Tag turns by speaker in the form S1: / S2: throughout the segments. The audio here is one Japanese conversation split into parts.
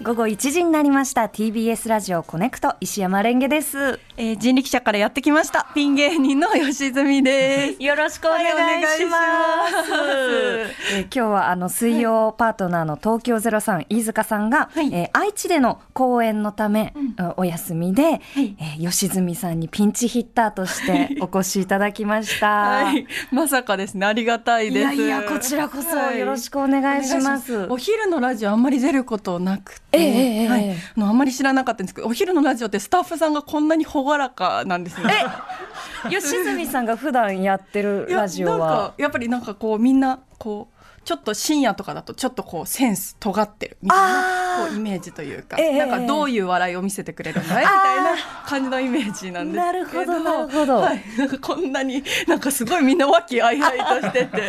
S1: 午後1時になりました TBS ラジオコネクト石山レンゲです
S2: えー、人力車からやってきましたピン芸人の吉住です
S1: よろしくお願いします,、えー今日はあの水曜パートナーの東京ゼロさん飯塚さんが、
S2: はい
S1: えー愛知での公演のため、お休みで、
S2: い
S1: えー吉住さんにピンチヒッターとして お越しいただきました、
S2: はい、まさかですねありがたい
S1: い
S2: で
S1: や
S2: す
S1: いやこちらこそよろし
S2: く
S1: くお願いします、
S2: お昼のラジオあんまり出ることなくて、
S1: ええええ
S2: は
S1: ええ
S2: い、あのあんまり知らなかったんですけどお昼のラジオってスタッフさんがこんなに朗らかなんですよえ
S1: 吉住さんが普段やってる
S2: いや
S1: ラジオ
S2: なん
S1: は
S2: かやっぱりなんかこうみんなこうちょっと深夜とかだとちょっとこうセンス尖ってるみたい
S1: あ
S2: な
S1: ー
S2: こうイメージというか、
S1: ええ
S2: なんかどういう笑いを見せてくれるんだいみたいな感じのイメージなんですけど
S1: なるほどなるほど
S2: はい、なんかこんなになんかすごいみんな和気あいあいとして て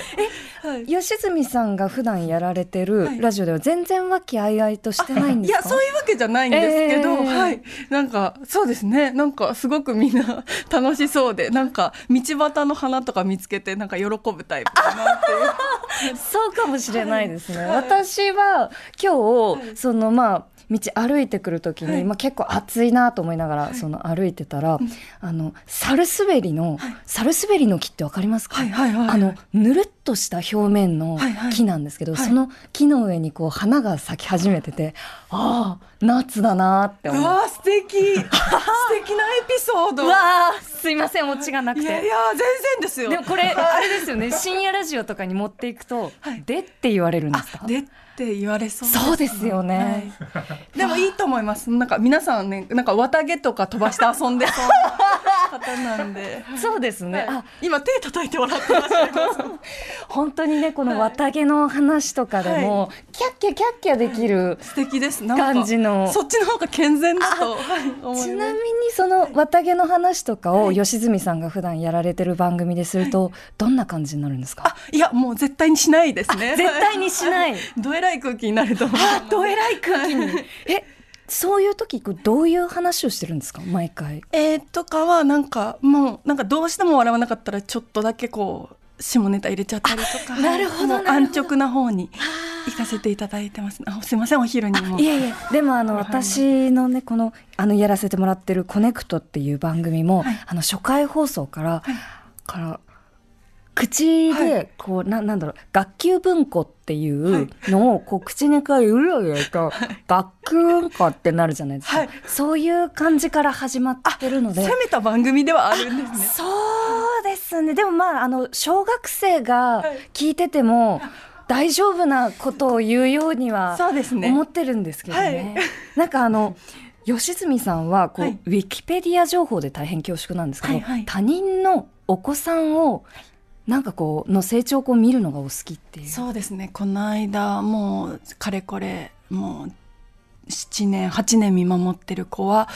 S2: はい、
S1: 吉住さんが普段やられて
S2: は
S1: る
S2: い
S1: ラジオでは全然和気あいあいとしてないん
S2: い
S1: ですか
S2: やそういうわけじゃないんですけど、
S1: ええ
S2: はいなんかそうですねなんかすごくみんな楽しそうでなんか道端の花とか見つけてなんか喜ぶタイプだなっていう。
S1: そうかもしれないですね。
S2: はい
S1: 私は今日、
S2: はい
S1: そのまあ道歩いてくる時に、
S2: はい
S1: まあ、結構暑いなと思いながら、その歩いてたら、あのサルスベリの、サルスベリの木ってわかりますか、
S2: はいはいはい
S1: あのぬるっとした表面の
S2: はいはい
S1: 木なんですけど、
S2: はい
S1: その木の上にこう花が咲き始めてて、ああ夏だなって思う。
S2: うわあ素 敵素敵なエピソード
S1: うわあすいませんオチがなく
S2: い
S1: て。
S2: やいや全然ですよ
S1: でもこれあれですよね深夜ラジオとかに持っていくと「
S2: はい
S1: で」って言われるんですか
S2: あでって言われそう
S1: そうですよね、
S2: はいでもいいと思いますなんか皆さんねなんか綿毛とか飛ばして遊んでそうな方なんで
S1: そうですね、
S2: はい
S1: あ
S2: 今手叩いて笑ってま したけど
S1: 本当にねこの綿毛の話とかでも、キャッキャキャッキャできる、
S2: 素敵ですなんか
S1: 感じの
S2: そっちの方が健全だとはい思います
S1: ちなみにその綿毛の話とかを
S2: はい
S1: 吉住さんが普段やられてる番組ですると、どんな感じになるんですか
S2: あいやもう絶対にしないですね
S1: 絶対にしない
S2: はどえらい空気になると思う
S1: どえらい空気にえそういう時こうどういう話をしてるんですか毎回
S2: えー、とかはなんかもうなんかどうしても笑わなかったらちょっとだけこう下ネタ入れちゃったりとか
S1: なるほど
S2: もう
S1: なるほ
S2: 安直な方に行かせていただいてますあすいませんお昼にも
S1: いえいえでもあの
S2: はい
S1: 私のねこのあのやらせてもらってる「コネクト」っていう番組も、
S2: はい
S1: あの初回放送から、
S2: はい
S1: から口
S2: は
S1: でこう、ななんだろう学級文庫ってい
S2: は
S1: う
S2: い
S1: のをこう口にかうろうろと学級文庫ってなるじゃないですか、
S2: はい
S1: そういう感じから始まってるので
S2: 攻めた番組ではあるんですね
S1: そうですねでもまああの小学生が聞いてても大丈夫なことを言うようには
S2: そうですね
S1: 思ってるんですけどね。なんかあの吉住さんはこう、
S2: はい
S1: ウィキペディア情報で大変恐縮なんですけど、
S2: はいはい
S1: 他人のお子さんをなんかこうの成長をこう見るのがお好きっていう。
S2: そうですねこの間もうかれこれもう7年8年見守ってる子は、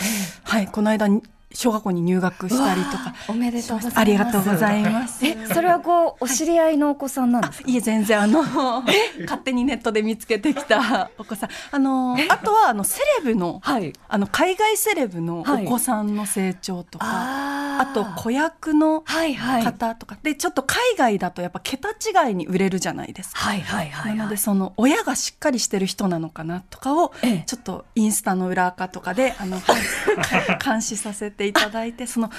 S2: はいこの間に小学校に入学したりと
S1: わ
S2: か
S1: あ。おめでとうございます。
S2: ありがとうございます。
S1: え、それはこうお知り合いのお子さんなんですか。
S2: いえ全然あの勝手にネットで見つけてきた お子さんあのあとはあのセレブの
S1: はい。
S2: あの海外セレブのお
S1: はい
S2: 子さんの成長とか、
S1: あ
S2: あと子役の
S1: はいはい
S2: 方とか、でちょっと海外だとやっぱ桁違いに売れるじゃないですか。
S1: はいはいはいはい。
S2: なのでその親がしっかりしてる人なのかなとかを
S1: ええ
S2: ちょっとインスタの裏垢とかであの 監視させていただいてその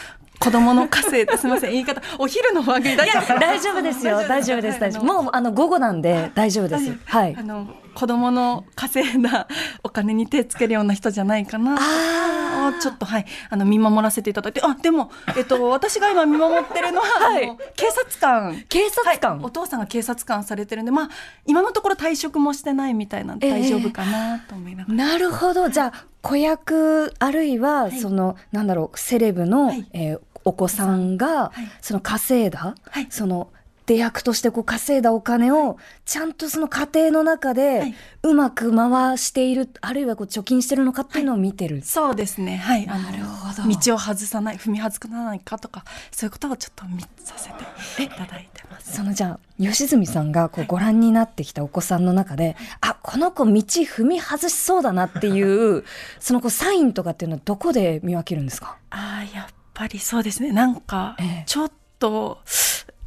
S2: 子供の稼いですみません言い方お昼の番組大丈夫ですか
S1: 大丈夫です よ。大丈夫です。大丈夫。もうあの午後なんで大丈夫です。はい
S2: あ。の子供の稼いだお金に手つけるような人じゃないかな
S1: あー
S2: をちょっとはいあの見守らせていただいてあでも、えっ と、私が今見守ってるのは、
S1: はい
S2: あの警察官。
S1: 警察官。
S2: お父さんが警察官されてるんで、まあ、今のところ退職もしてないみたいなんで
S1: ええ
S2: 大丈夫かなと思いながら、
S1: なるほど。じゃあ子役あるいはその、なんだろうセレブの、
S2: はい
S1: えーお子さんが、
S2: はい
S1: その稼いだ、
S2: はい
S1: その出役としてこう稼いだお金をちゃんとその家庭の中
S2: は
S1: で
S2: いう
S1: まく回している、あるいはこう貯金してるのかっていうのを見てる。
S2: そうですねはいあの
S1: なるほど
S2: 道を外さない踏み外さないかとかそういうことをちょっと見させていただいてます。
S1: そのじゃあ吉住さんがこうご覧になってきたお子さんの中で、あこの子道踏み外しそうだなっていう そのこうサインとかっていうのはどこで見分けるんですか
S2: あーやっぱりそうですねなんか
S1: ええ
S2: ちょっと、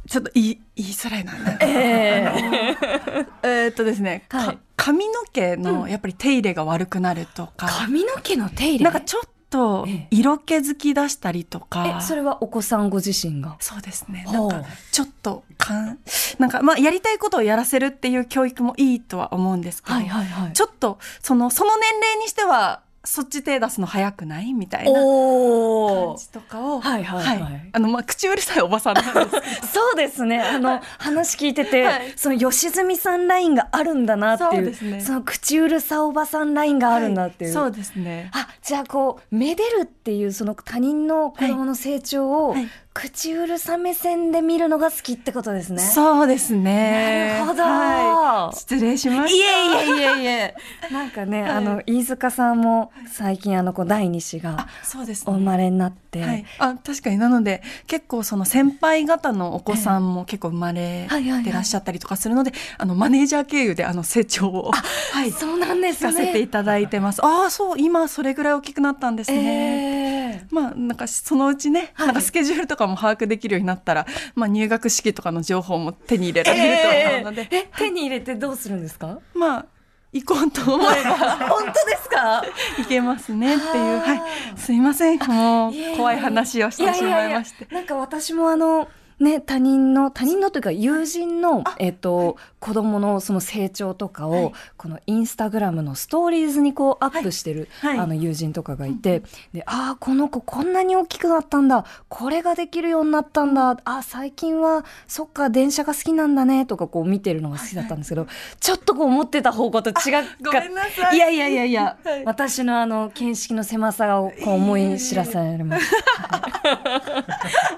S2: ちょっと言い言いづらいな。なんか
S1: ええ
S2: えーっとですね、か
S1: はい
S2: 髪の毛
S1: う
S2: の
S1: ん
S2: やっぱり手入れが悪くなるとか、
S1: 髪の毛の手入れ
S2: なんかちょっと
S1: ええ
S2: 色気づき出したりとか
S1: え、それはお子さんご自身が
S2: そうですね。な
S1: ほ
S2: ん
S1: う
S2: かちょっとかん、なんかまあやりたいことをやらせるっていう教育もいいとは思うんですけど、
S1: はいはい
S2: ちょっとそのその年齢にしてはそっち手出すの早くないみたいな
S1: お
S2: 感
S1: お
S2: じとかを、
S1: はいはいはい
S2: あのまあ口うるさいおばさんなんですけど
S1: そうですねあの話聞いてて、
S2: はい
S1: その吉住さんラインがあるんだなって
S2: そう
S1: いう
S2: ですね
S1: の口うるさおばさんラインがあるんだっていう、
S2: そうですね。
S1: あじゃあこうめでるっていうその他人の子供の成長を、
S2: はいはい
S1: 口うるさ目線で見るのが好きってことですね。
S2: そうですね。
S1: なるほど、
S2: はい失礼しました。
S1: いえ
S2: いえいえいえ。
S1: なんかね、
S2: はい
S1: あの飯塚さんも最近あのこう第二子
S2: あ
S1: が、
S2: そうです
S1: お生
S2: ね。
S1: まれになって、
S2: はい、あ確かになので結構その先輩方のお子さんも結構生まれ
S1: はいはいはい
S2: てらっしゃったりとかするので、あのマネージャー経由であの成長をはい聞
S1: そうなんですね。
S2: かせていただいてます。ああそう今それぐらい大きくなったんですね。
S1: えー
S2: まあなんかそのうちね、
S1: はい
S2: なんかスケジュールとかも把握できるようになったら、まあ入学式とかの情報も手に入れられると思うので、
S1: えーえ手に入れてどうするんですか？
S2: まあ行こうと思えば
S1: 本当です か？
S2: いけますねっていう、
S1: あー
S2: はい、すいません、もう
S1: いえいえ
S2: 怖い話をしてしまいまして。
S1: なんか私もあのね他人の他人のというか友人の
S2: あ
S1: えっと子供のその成長とか
S2: は
S1: を
S2: い
S1: このインスタグラムのストーリーズにこうアップしてる
S2: はいはい
S1: あの友人とかがいてでああこの子こんなに大きくなったんだこれができるようになったんだあー最近はそっか電車が好きなんだねとかこう見てるのが好きだったんですけどちょっとこう思ってた方向と違か
S2: ごめんなさい。
S1: いやいやいやいや、
S2: はい
S1: 私のあの見識の狭さをこう思い知らされまし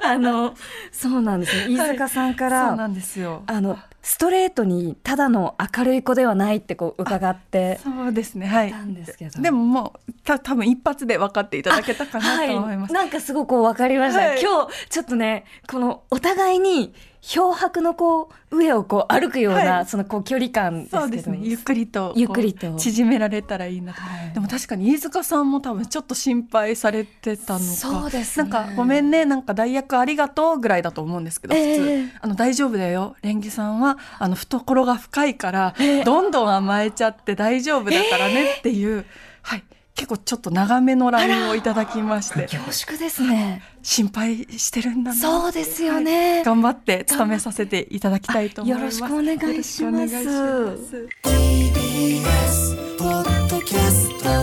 S1: た。 あのそうなんですね。飯塚さんか
S2: そう
S1: ら、
S2: なんですよ。
S1: あのストレートにただの明るい子ではないってこう伺って
S2: そうですね、はい。
S1: たんですけど。
S2: でももう、た多分一発で分かっていただけたかなと思います。
S1: なんかすごく分かりました、
S2: はい
S1: 今日ちょっとねこのお互いに漂白のこう上をこう歩くような、
S2: はい
S1: そのこう距離感ですけど
S2: そうですね、ゆっくりと、
S1: ゆっくりと
S2: こう縮められたらいいなと。
S1: はい
S2: でも確かに飯塚さんも多分ちょっと心配されてたのか。
S1: そうです
S2: な
S1: ね
S2: んかごめんねなんか代役ありがとうぐらいだと思うんですけど、
S1: ええ
S2: 普通あの大丈夫だよ蓮華さんはあの懐が深いから、
S1: ええ
S2: どんどん甘えちゃって大丈夫だからねっていう、はい結構ちょっと長めの LINE をいただきまして
S1: 恐縮ですね
S2: 心配してるんだな
S1: そうですよね
S2: 頑張って務めさせていただきたいと思います
S1: あよろしくお願いします
S2: よろしくお願いします
S3: TBS ポッドキャスト